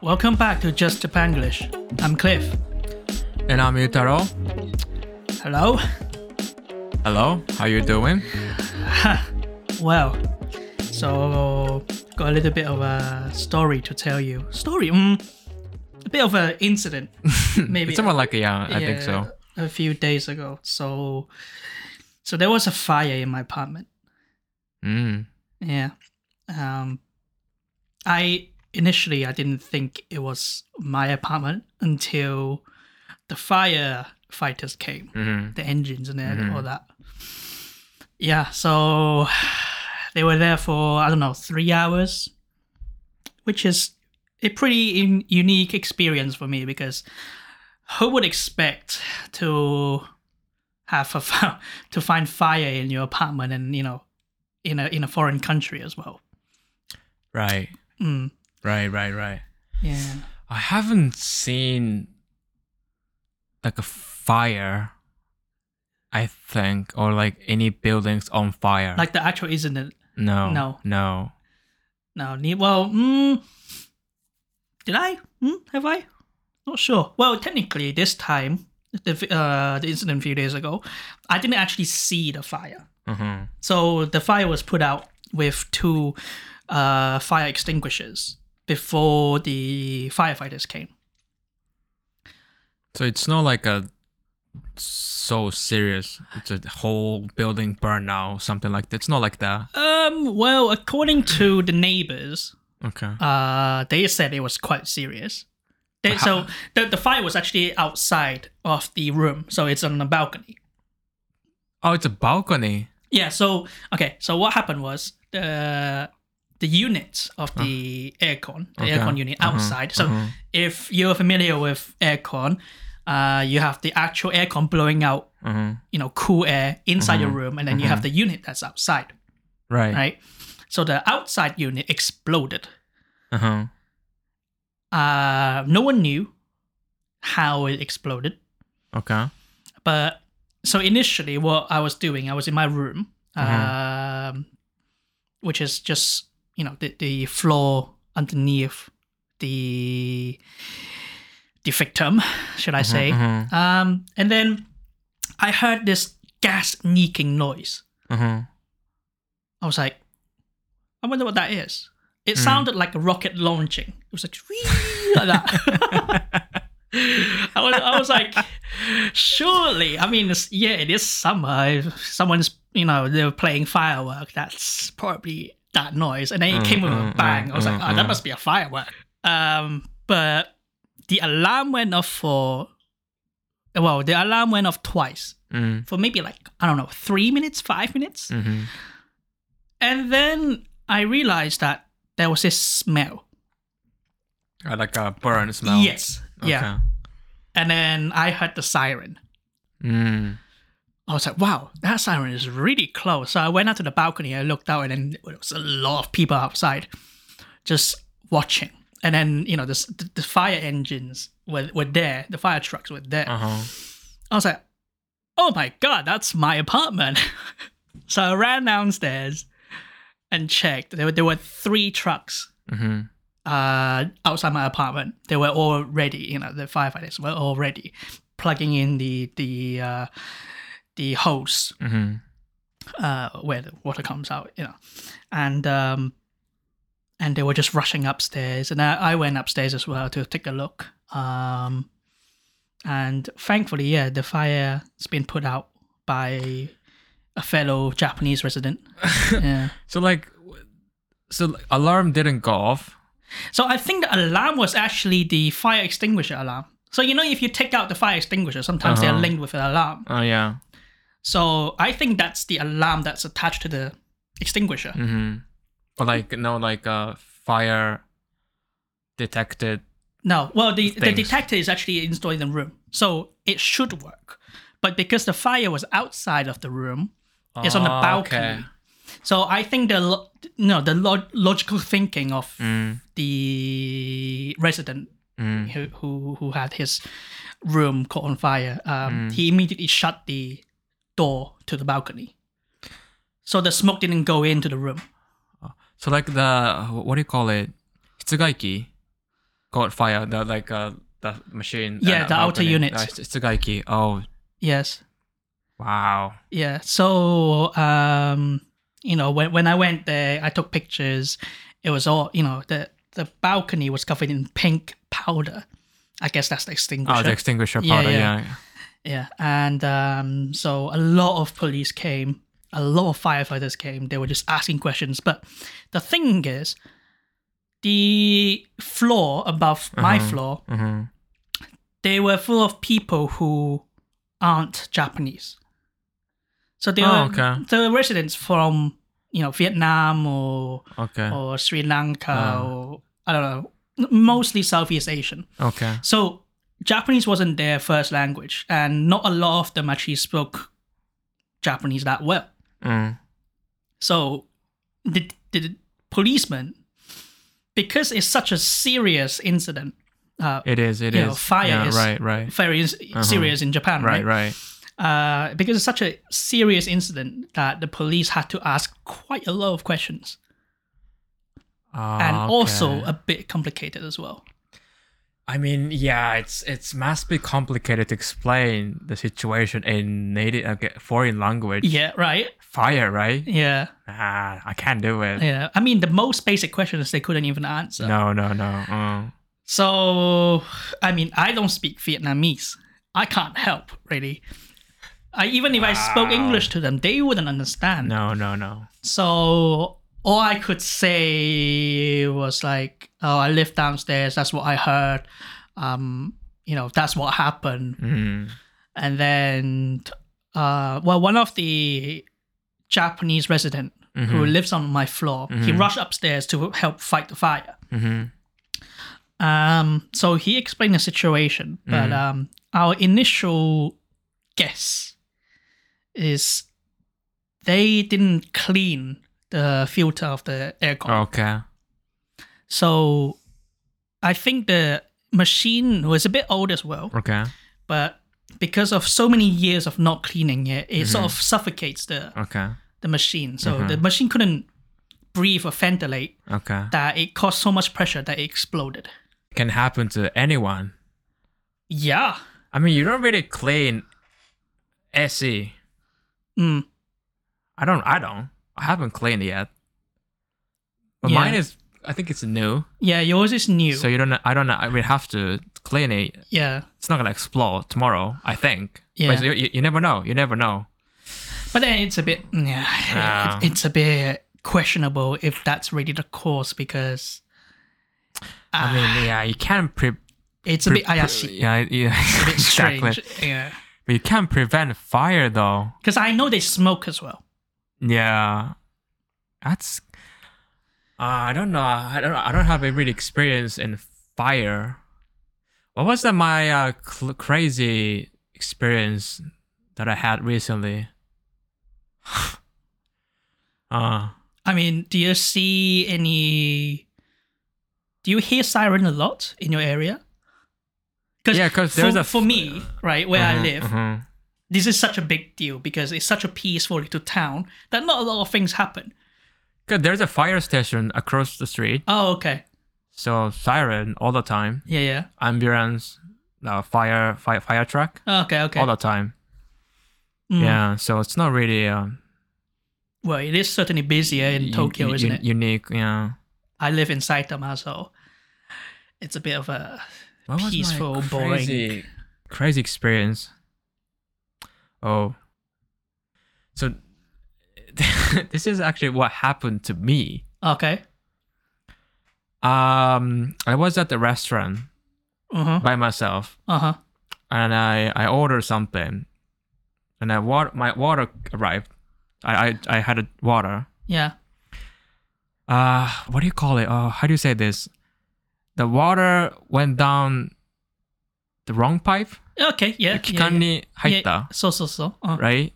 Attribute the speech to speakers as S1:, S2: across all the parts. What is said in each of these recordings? S1: Welcome back to Just Japanglish. I'm Cliff.
S2: And I'm Yutaro.
S1: Hello.
S2: Hello, how you doing?
S1: Well, so got a little bit of a story to tell you. Story, mm, a bit of an incident, maybe.
S2: It's somewhat like a yeah, I think so.
S1: A few days ago, so so there was a fire in my apartment.
S2: Mm.
S1: Yeah. Um, I initially I didn't think it was my apartment until the firefighters came,
S2: Mhm.
S1: the engines and then all that. Yeah, so they were there for I don't know three hours, which is a pretty in- unique experience for me because who would expect to have a fi- to find fire in your apartment and you know in a in a foreign country as well.
S2: Right,
S1: Mm,
S2: right, right, right.
S1: yeah.
S2: I haven't seen like a fire, I think, or like any buildings on fire.
S1: like the actual incident.
S2: no,
S1: no.
S2: no.
S1: No, ne- well, mm, did I? Mm, have I? Not sure. Well, technically, this time the vi- uh, the incident a few days ago, I didn't actually see the fire.
S2: hmm
S1: So the fire was put out with two uh, fire extinguishers before the firefighters came.
S2: So it's not like a so serious. It's a whole building burn now, something like that. It's not like that.
S1: Um. Well, according to the neighbors,
S2: Okay.
S1: uh, they said it was quite serious. They, so
S2: Uh-huh.
S1: the, the fire was actually outside of the room, so it's on the balcony.
S2: Oh, it's a balcony.
S1: Yeah. So okay. So what happened was the the unit of the aircon, the
S2: Okay.
S1: aircon unit
S2: Mhm,
S1: outside. So
S2: mhm.
S1: if you're familiar with aircon, uh, you have the actual aircon blowing out,
S2: hmm
S1: you know, cool air inside your room, and then you have the unit that's outside,
S2: Uh-huh. Right.
S1: right? So the outside unit exploded.
S2: Uh-huh.
S1: Uh, no one knew how it exploded.
S2: Okay.
S1: but so initially what i was doing i was in my room um, which is just you know the, the floor underneath the the victim should i say
S2: mhm.
S1: um, and then i heard this gas leaking noise
S2: Uh-huh.
S1: i was like i wonder what that is it
S2: Hmm.
S1: sounded like a rocket launching it was like, like that I was, I was like, surely. I mean, it's, yeah, it is summer. If someone's, you know, they're playing firework. That's probably that noise. And then it
S2: Mm,
S1: came with a
S2: mm,
S1: bang.
S2: mm,
S1: I was like,
S2: mm,
S1: oh, that
S2: mm.
S1: must be a firework. Um, but the alarm went off for, well, the alarm went off twice
S2: Mm.
S1: for maybe like, I don't know, three minutes, five minutes.
S2: Mm-hmm.
S1: And then I realized that there was this smell.
S2: I like a burn smell.
S1: Yes. Yeah. And then I heard the siren.
S2: Okay. Mm.
S1: I was like, wow, that siren is really close. So I went out to the balcony, I looked out, and then there was a lot of people outside just watching. And then, you know, this, the, the fire engines were, were there, the fire trucks were there.
S2: Uh-huh.
S1: I was like, oh my God, that's my apartment. so I ran downstairs and checked. There were, there were three trucks
S2: Mm-hmm.
S1: uh, outside my apartment. They were all ready. You know, the firefighters were all ready, plugging in the, the, uh, the hose
S2: Mm-hmm.
S1: uh, where the water comes out, you know, and um, and they were just rushing upstairs, and I, I went upstairs as well to take a look. Um, and thankfully, yeah, the fire has been put out by a fellow Japanese resident. yeah.
S2: So like w- so like, alarm didn't go off.
S1: So I think the alarm was actually the fire extinguisher alarm. So you know, if you take out the fire extinguisher, sometimes they're
S2: Uh-huh.
S1: linked with an alarm.
S2: Oh yeah.
S1: So I think that's the alarm that's attached to the extinguisher.
S2: Mm-hmm. Or like no like uh fire detected.
S1: No, well, the, the
S2: Things.
S1: detector is actually installed in the room, so it should work. But because the fire was outside of the room, it's on the
S2: Ah,
S1: balcony.
S2: okay.
S1: So I think the lo- no the lo- logical thinking of
S2: Mm.
S1: the resident
S2: Mm.
S1: who, who who had his room caught on fire,
S2: Mm.
S1: um, he immediately shut the door to the balcony, so the smoke didn't go into the room.
S2: So like the what do you call it? Hitsugaiki caught fire. The like uh, the machine.
S1: Yeah,
S2: uh,
S1: the outer
S2: balcony.
S1: unit.
S2: Uh, it's, it's the Gaiki. Oh
S1: Yes.
S2: wow.
S1: Yeah. So um, you know, when when I went there, I took pictures. It was all you know, the the balcony was covered in pink powder. I guess that's the extinguisher.
S2: Oh, the extinguisher
S1: Yeah,
S2: powder.
S1: yeah.
S2: Yeah.
S1: yeah. And um, so a lot of police came, a lot of firefighters came. They were just asking questions. But the thing is, the floor above my floor,
S2: hmm
S1: they were full of people who aren't Japanese. So they
S2: Oh,
S1: were
S2: okay.
S1: they were residents from you know Vietnam or
S2: Okay.
S1: or Sri Lanka
S2: Ah.
S1: or I don't know, mostly Southeast Asian.
S2: Okay.
S1: So Japanese wasn't their first language, and not a lot of them actually spoke Japanese that well.
S2: Mm.
S1: So the, the policeman, because it's such a serious incident, uh,
S2: It is. It is.
S1: You know, fire
S2: yeah,
S1: is-
S2: Right. Right.
S1: very s- serious in Japan,
S2: Uh-huh. Right.
S1: right?
S2: Right.
S1: Uh, because it's such a serious incident that the police had to ask quite a lot of questions,
S2: Oh,
S1: and also um,
S2: okay.
S1: a bit complicated as well.
S2: I mean, yeah, it's it's must be complicated to explain the situation in native okay, foreign language.
S1: Yeah, right.
S2: Fire, right?
S1: Yeah,
S2: Ah, I can't do it.
S1: yeah. I mean, the most basic questions they couldn't even answer.
S2: No, no, no. Mm.
S1: So, I mean, I don't speak Vietnamese. I can't help, really. I, even if I spoke
S2: Wow.
S1: English to them, they wouldn't understand.
S2: No, no, no.
S1: So, all I could say was like, "Oh, I live downstairs. That's what I heard. Um, you know, that's what happened."
S2: Mm.
S1: And then, uh, well, one of the Japanese resident
S2: mm-hmm,
S1: who lives on my floor, he rushed upstairs to help fight the fire.
S2: hmm
S1: Um, so he explained the situation, but um, our initial guess is they didn't clean the filter of the aircon.
S2: Okay.
S1: So I think the machine was a bit old as well,
S2: Okay.
S1: but because of so many years of not cleaning it, it sort
S2: Mm-hmm.
S1: of suffocates the,
S2: Okay.
S1: the machine. So
S2: Mm-hmm.
S1: the machine couldn't breathe or ventilate
S2: Okay.
S1: that it caused so much pressure that it exploded.
S2: Can happen to anyone.
S1: Yeah.
S2: I mean, you don't really clean E. SE.
S1: Mm.
S2: I don't. I don't. I haven't cleaned yet. But
S1: Yeah.
S2: mine is. I think it's new.
S1: Yeah, yours is new.
S2: So you don't. I don't. I will have to clean it
S1: yeah.
S2: it's not gonna explode tomorrow. I think.
S1: Yeah.
S2: But you, you, you never know. You never know.
S1: But then it's a bit, yeah,
S2: Ah.
S1: it- it's a bit questionable if that's really the cause because
S2: I mean, yeah, you can pre.
S1: Ah. it's a
S2: pre-
S1: bit ayashi,
S2: Yeah, yeah,
S1: bit
S2: exactly.
S1: strange. Yeah.
S2: But you can prevent fire though.
S1: Because I know they smoke as well.
S2: Yeah, that's. Uh, I don't know. I don't. I don't have a real experience in fire. What was that my uh, cl- crazy experience that I had recently? uh
S1: I mean, do you see any. Do you hear siren a lot in your area? Because
S2: Yeah, 'cause
S1: for,
S2: there's a f-
S1: for me, right, where I live,
S2: mhm.
S1: this is such a big deal because it's such a peaceful little town that not a lot of things happen.
S2: 'Cause there's a fire station across the street.
S1: Oh, okay.
S2: So siren all the time,
S1: Yeah,
S2: ambulance, uh, fire, fire, fire truck
S1: yeah. Okay, okay.
S2: all the time.
S1: Mm.
S2: Yeah, so it's not really um,
S1: Well, it is certainly busier in
S2: u-
S1: Tokyo,
S2: u-
S1: isn't
S2: u-
S1: it?
S2: Unique, yeah.
S1: I live in Saitama, so it's a bit of a
S2: What was my
S1: Peaceful, boring.
S2: crazy, crazy experience. Oh, so this is actually what happened to me.
S1: okay.
S2: Um, I was at the restaurant
S1: Uh huh.
S2: by myself.
S1: Uh huh.
S2: and I I ordered something, and I water my water arrived. I I, I had a water.
S1: Yeah.
S2: Uh, what do you call it? Oh, how do you say this? The water went down the wrong pipe.
S1: Okay. Yeah. yeah, yeah.
S2: 気管に入った,
S1: Yeah, So so so. Uh,
S2: right?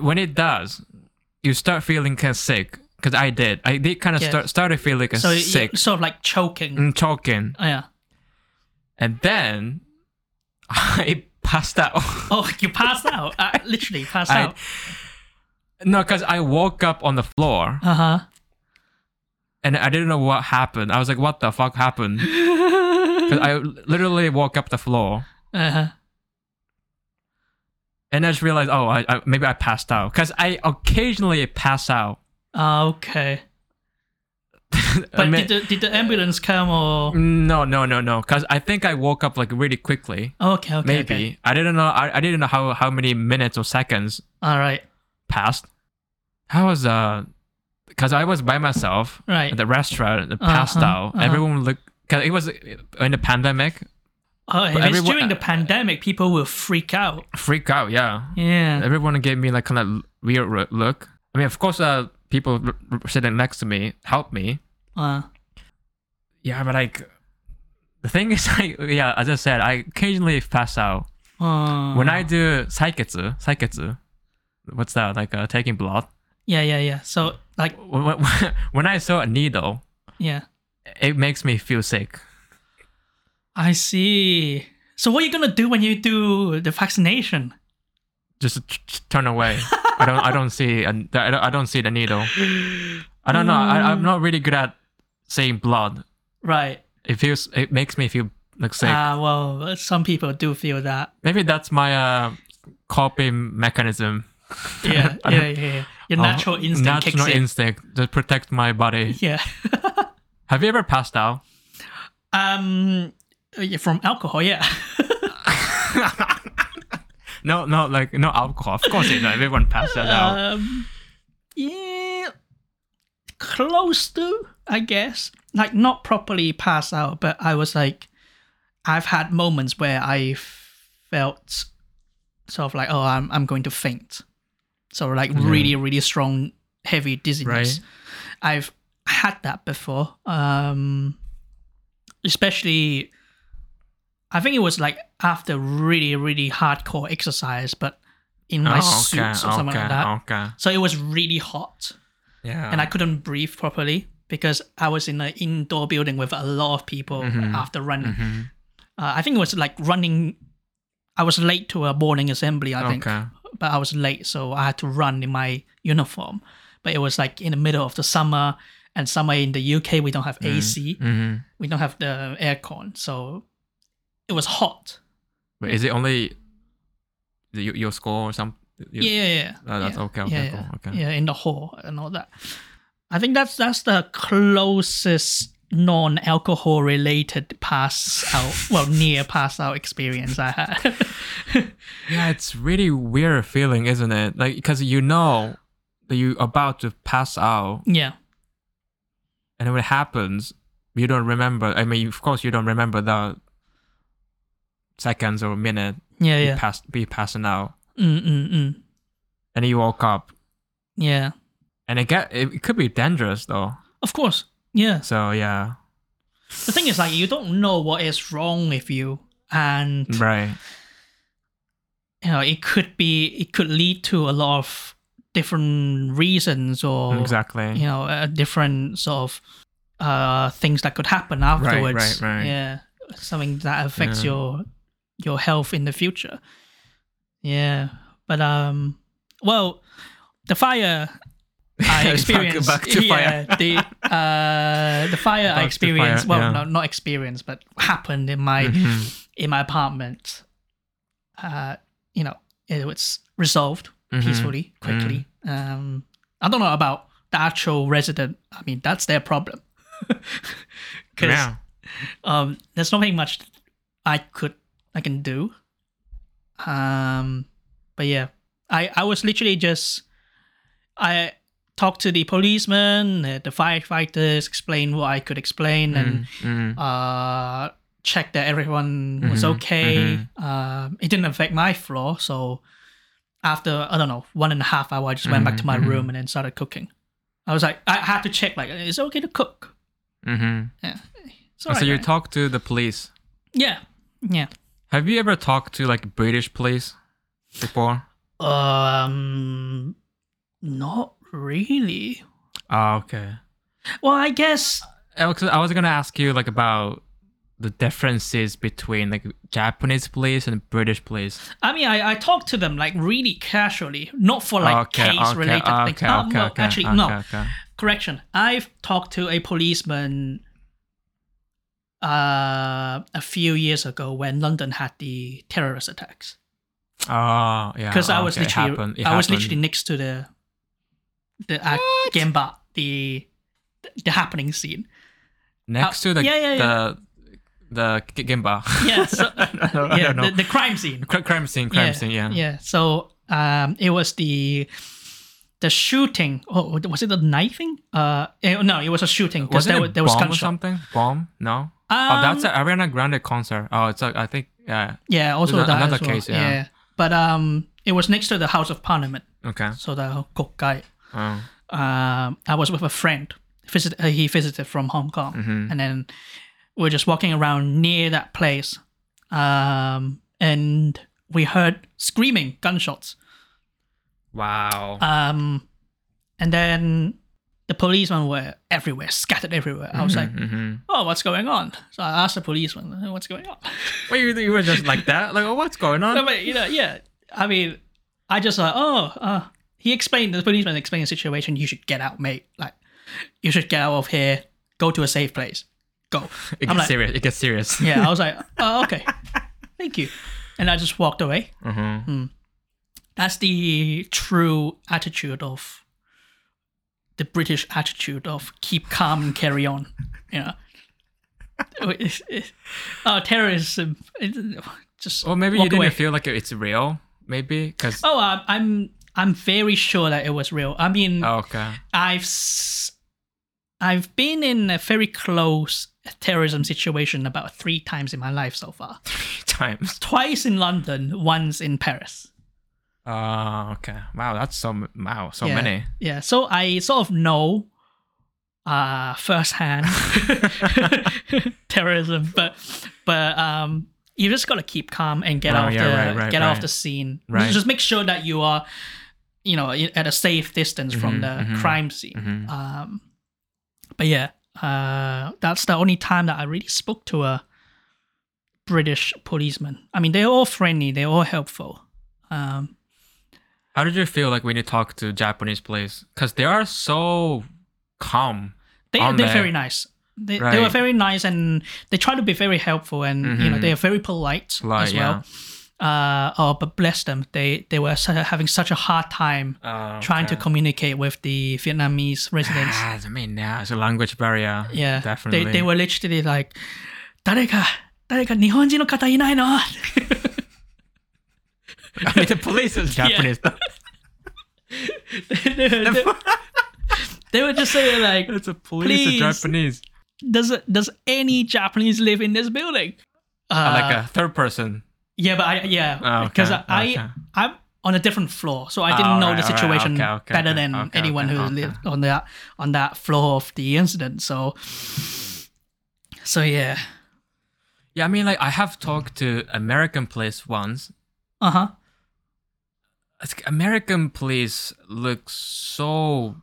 S2: When it does, you start feeling kind of sick. Cause I did. I did kind of
S1: Yeah.
S2: start started feeling kind
S1: So
S2: of
S1: you're
S2: sick
S1: sort of like choking.
S2: and choking,
S1: Oh, yeah.
S2: and then I passed out.
S1: Oh, you passed out. I literally passed
S2: I-
S1: out. Uh-huh.
S2: No, because I woke up on the floor
S1: Uh huh.
S2: and I didn't know what happened. I was like, "What the fuck happened?" 'Cause I literally walk up the floor
S1: Uh-huh.
S2: and I just realized, "Oh, I, I maybe I passed out." Because I occasionally pass out.
S1: Ah, okay.
S2: I
S1: But
S2: mean- Mm.
S1: did, the, did the ambulance come or?
S2: No, no, no, no. Because I think I woke up like really quickly.
S1: Okay, okay.
S2: Maybe
S1: okay.
S2: I didn't know. I, I didn't know how how many minutes or seconds
S1: All right.
S2: passed. I was uh, because I was by myself
S1: Right.
S2: at the restaurant. uh passed
S1: Uh-huh,
S2: out.
S1: uh-huh.
S2: Everyone looked. Cause it was in the pandemic.
S1: Oh, if it's
S2: everyone-
S1: during the pandemic, people will freak out.
S2: Freak out. Yeah.
S1: Yeah.
S2: Everyone gave me like kind of weird r- look. I mean, of course, uh, people r- r- sitting next to me helped me.
S1: Uh,
S2: Yeah, but like, the thing is, like, yeah, as I said, I occasionally pass out.
S1: uh,
S2: When I do saiketsu, saiketsu, what's that? Like uh, taking blood.
S1: yeah, yeah, yeah. So like,
S2: When, when, when I saw a needle,
S1: yeah,
S2: it makes me feel sick.
S1: I see. So what are you gonna do when you do the vaccination?
S2: Just t- t- turn away. I don't. I don't see. A, I, don't, I don't see the needle. I don't know. I, I'm not really good at seeing blood.
S1: Right.
S2: It feels. It makes me feel like sick.
S1: Ah, well, some people do feel that.
S2: Maybe that's my uh, coping mechanism.
S1: Yeah,
S2: I
S1: yeah,
S2: don't-
S1: yeah, yeah. Your
S2: Oh,
S1: natural instinct
S2: Natural
S1: kicks in.
S2: instinct to protect my body.
S1: yeah.
S2: Have you ever passed out?
S1: Um, yeah, from alcohol. Yeah.
S2: No, no, like no alcohol. Of course, you know, everyone passes out.
S1: Um, yeah, close to, I guess. Like not properly pass out, but I was like, I've had moments where I felt sort of like, oh, I'm I'm going to faint. So like really, really strong, heavy dizziness.
S2: Right.
S1: I've had that before. Um, especially, I think it was like after really, really hardcore exercise, but in my suit or something like that.
S2: Oh, Okay.
S1: So it was really hot
S2: Yeah.
S1: and I couldn't breathe properly because I was in an indoor building with a lot of people after running.
S2: Mm-hmm.
S1: Uh, I think it was like running. I was late to a morning assembly, I think,
S2: Okay.
S1: but I was late, so I had to run in my uniform. But it was like in the middle of the summer, and summer in the UK we don't have AC,
S2: hmm
S1: we don't have the aircon, so it was hot.
S2: But is it only the, your, your school or some? you-
S1: yeah, yeah, yeah.
S2: Oh, that's
S1: yeah,
S2: okay, okay,
S1: yeah,
S2: cool,
S1: yeah.
S2: okay.
S1: Yeah, in the hall and all that. I think that's that's the closest non-alcohol related pass out, well, near pass out experience I had.
S2: Yeah, it's really weird feeling, isn't it? Like because you know that you about to pass out,
S1: yeah,
S2: and when it happens, you don't remember. I mean, of course, you don't remember the seconds or minute
S1: yeah,
S2: you
S1: yeah,
S2: pass be passing out,
S1: mm, mm, mm.
S2: and you woke up,
S1: yeah.
S2: and it get it, it could be dangerous though.
S1: Of course, yeah.
S2: So yeah,
S1: The thing is, like, you don't know what is wrong with you, and
S2: right.
S1: you know, it could be, it could lead to a lot of different reasons or
S2: Exactly.
S1: you know, uh, different sort of uh, things that could happen afterwards.
S2: right, right.
S1: Yeah, something that affects
S2: Yeah.
S1: your your health in the future. Yeah, but um, well, the fire I
S2: Back-
S1: experienced.
S2: back to
S1: yeah,
S2: fire.
S1: the uh, the fire I
S2: to
S1: experienced.
S2: fire,
S1: well, no,
S2: yeah.
S1: not experienced, but happened in my
S2: Mhm.
S1: in my apartment. Uh, you know, it was resolved
S2: Mhm.
S1: peacefully, quickly.
S2: Mm.
S1: Um, I don't know about the actual resident. I mean, that's their problem. Because
S2: Yeah.
S1: um, there's nothing much I could I can do. Um, but yeah, I I was literally just I talked to the policeman, uh, the firefighters, explained what I could explain, and
S2: Mm.
S1: uh, checked that everyone was
S2: Mhm,
S1: okay. Um, it didn't affect my floor, so after I don't know one and a half hour, I just went back to my
S2: Mhm, mhm.
S1: room and then started cooking. I was like, I had to check like, is it okay to cook?
S2: Mm-hmm.
S1: Yeah. It's
S2: Oh, so
S1: alright,
S2: you
S1: right?
S2: talk to the police.
S1: yeah, yeah.
S2: Have you ever talked to like British police before?
S1: Um, not really.
S2: Oh, okay.
S1: Well, I guess
S2: I was I was gonna ask you like about the differences between like Japanese police and British police.
S1: I mean, I, I talked to them like really casually, not for like
S2: okay,
S1: case related
S2: Ah, okay,
S1: things.
S2: okay,
S1: No,
S2: okay,
S1: no,
S2: okay,
S1: actually,
S2: okay,
S1: no.
S2: okay.
S1: correction. I've talked to a policeman uh, a few years ago when London had the terrorist attacks.
S2: Oh, yeah.
S1: Because I
S2: oh,
S1: was
S2: Ah, okay, it
S1: literally
S2: happened- it
S1: I was
S2: happened.
S1: literally next to the the uh,
S2: What?
S1: Gemba, the the happening scene.
S2: next to the
S1: uh, yeah, yeah, yeah.
S2: the the Gimba.
S1: Yeah, so,
S2: I don't
S1: yeah,
S2: know.
S1: the, the crime scene.
S2: Cri- crime scene, crime scene, yeah.
S1: Yeah. So um, it was the the shooting. Oh, was it the knifing? Uh, eh, no, it was a shooting because
S2: Was it
S1: there,
S2: a
S1: wa- there was
S2: bomb or
S1: gunshot.
S2: something? Bomb? No. oh,
S1: Um,
S2: that's an Ariana Grande concert. Oh, it's a, I think yeah.
S1: yeah, also
S2: There's
S1: that
S2: another
S1: as well.
S2: case, yeah.
S1: But um, it was next to the House of Parliament,
S2: Okay.
S1: so the Gokai.
S2: Oh.
S1: Um, I was with a friend. Visit, uh, he visited from Hong Kong,
S2: Mm-hmm.
S1: and then we were just walking around near that place, um, and we heard screaming gunshots.
S2: Wow.
S1: Um, and then the policemen were everywhere, scattered everywhere. I was like,
S2: Mm-hmm,
S1: "Oh, what's going on?" So I asked the policeman, "Uh, "What's going on?"
S2: Wait, you, you were just like that? Like, oh, what's going
S1: I
S2: on?
S1: mean, you know, yeah. I mean, I just like, "Oh, uh, he explained the policeman explained the situation. You should get out, mate. Like, you should get out of here. Go to a safe place. Go."
S2: It
S1: I'm
S2: gets
S1: like,
S2: serious. It gets serious.
S1: yeah. I was like, "Oh, okay, thank you," and I just walked away. Hmm.
S2: Mhm.
S1: That's the true attitude of the British attitude of keep calm and carry on. You know, It's- it's- oh, terrorism. it- Just
S2: Or maybe
S1: walk
S2: you didn't
S1: away.
S2: feel like it's real. Maybe because
S1: Oh, I'm I'm I'm very sure that it was real. I mean,
S2: oh, okay.
S1: I've s- I've been in a very close terrorism situation about three times in my life so far.
S2: Times.
S1: Twice in London, once in Paris.
S2: Oh, okay. Wow, that's so m- wow, so
S1: yeah.
S2: many.
S1: Yeah, so I sort of know uh firsthand terrorism, but but um you just gotta keep calm and get
S2: Oh,
S1: off
S2: yeah,
S1: the
S2: right, right,
S1: get off
S2: right.
S1: the scene.
S2: Right.
S1: Just make sure that you are you know i- at a safe distance from
S2: Mm-hmm,
S1: the crime scene. Um but yeah, uh that's the only time that I really spoke to a British policeman. I mean they're all friendly, they're all helpful. Um
S2: How did you feel like when you talk to Japanese police? Because they are so calm.
S1: they,
S2: on
S1: they're
S2: there.
S1: very nice. They, they were
S2: Right. Mm-hmm.
S1: very nice and they try to be very helpful and you know they are very polite
S2: Polite,
S1: as well. Uh, oh, but bless them, they they were su- having such a hard time
S2: Uh,
S1: trying to communicate with the Vietnamese residents.
S2: Ah, I mean, yeah, it's a language barrier.
S1: yeah,
S2: definitely.
S1: They, they were literally like, "Dareka, dareka, Nihonjin no kata inai no?"
S2: I mean, the police is Japanese.
S1: they, they- they were just saying like,
S2: it's a police
S1: Please.
S2: is Japanese.
S1: "Does does any Japanese live in this building?"
S2: Uh, like a third person.
S1: Yeah, but I yeah
S2: Oh,
S1: because
S2: okay,
S1: I
S2: okay.
S1: I'm on a different floor, so I
S2: Ah,
S1: didn't know
S2: alright,
S1: the
S2: alright,
S1: situation
S2: okay, okay,
S1: better
S2: okay,
S1: than
S2: okay,
S1: anyone
S2: okay,
S1: who
S2: okay.
S1: lived on that on that floor of the incident. So, so yeah,
S2: Yeah, I mean, like I have talked to American police once.
S1: uh huh,
S2: It's- American police look so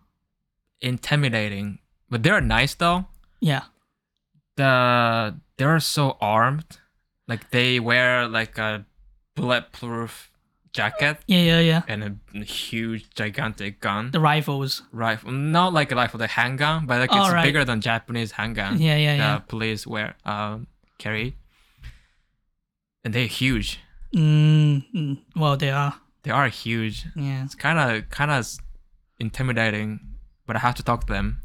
S2: intimidating, but they're nice though.
S1: yeah,
S2: the they're so armed like they wear like a bulletproof jacket
S1: yeah, yeah, yeah.
S2: and a huge gigantic gun
S1: The rivals,
S2: rifle not like a rifle the handgun but like
S1: Oh,
S2: it's
S1: right.
S2: bigger than japanese handgun
S1: Yeah, yeah,
S2: the
S1: yeah.
S2: police wear um carry and they're huge
S1: mm, mm, well, they are,
S2: they are huge
S1: yeah,
S2: it's kind of kind of intimidating but i have to talk to them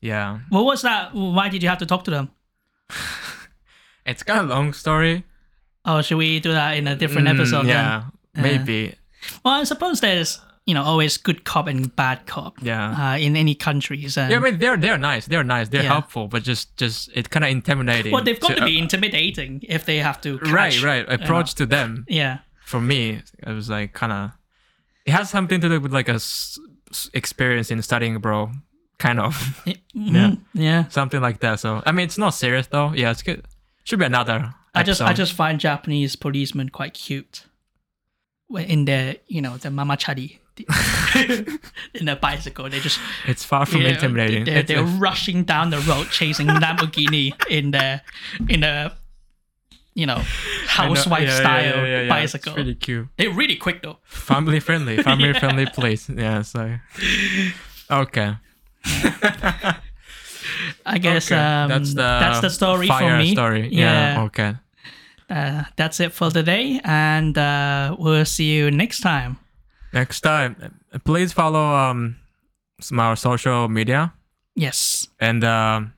S2: yeah
S1: What was that? Why did you have to talk to them?
S2: it's kind of long story
S1: Oh, should we do that in a different
S2: Mm,
S1: episode?
S2: yeah
S1: Yeah. Uh-huh.
S2: maybe
S1: Then? Well, I suppose there's you know always good cop and bad cop.
S2: yeah
S1: Uh, in any countries, and
S2: Yeah, I mean they're they're nice, they're nice, they're
S1: Yeah.
S2: helpful, but just just it's kind of intimidating.
S1: well, they've got to,
S2: uh,
S1: be Uh-huh. intimidating if they have to.
S2: right,
S1: clash,
S2: right.
S1: you know.
S2: Approach to them
S1: Yeah.
S2: for me, it was like kind of it has something to do with like a s- s- experience in studying abroad, kind of
S1: Mhm. Yeah.
S2: something like that. So I mean, it's not serious though. Yeah, it's good. Should be another.
S1: I just I
S2: episode.
S1: just find Japanese policemen quite cute. When in their you know the mamachari the- in their bicycle, they just
S2: It's far from
S1: you know,
S2: intimidating.
S1: They're,
S2: It's-
S1: they're
S2: it's-
S1: rushing down the road chasing Lamborghini in their in a you know
S2: I know-
S1: housewife
S2: yeah, yeah,
S1: style
S2: yeah, yeah, yeah,
S1: bicycle.
S2: It's really cute.
S1: They're really quick though.
S2: Family friendly, family friendly place. Yeah. So okay.
S1: I guess
S2: Okay,
S1: um,
S2: that's the
S1: that's the story for
S2: fire
S1: me.
S2: story. Yeah.
S1: Yeah.
S2: Okay.
S1: Uh, that's it for today, and uh, we'll see you next time.
S2: Next time, uh, please follow um some our social media
S1: Yes.
S2: and um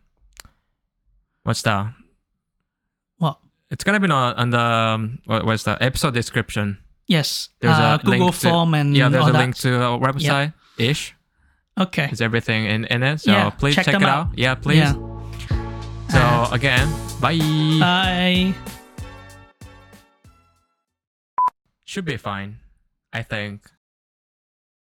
S2: what's that?
S1: What?
S2: It's gonna be on, on the um, what, what's the episode description.
S1: Yes.
S2: There's
S1: uh,
S2: a
S1: Google
S2: link to-
S1: form and
S2: yeah, there's
S1: all
S2: a
S1: that.
S2: link to our website ish.
S1: Okay.
S2: It's everything in, in it. So
S1: Yeah,
S2: please
S1: check
S2: check,
S1: them
S2: it out.
S1: out.
S2: Yeah, please.
S1: Yeah.
S2: So
S1: Uh,
S2: again, bye.
S1: Bye.
S2: Should be fine, I think.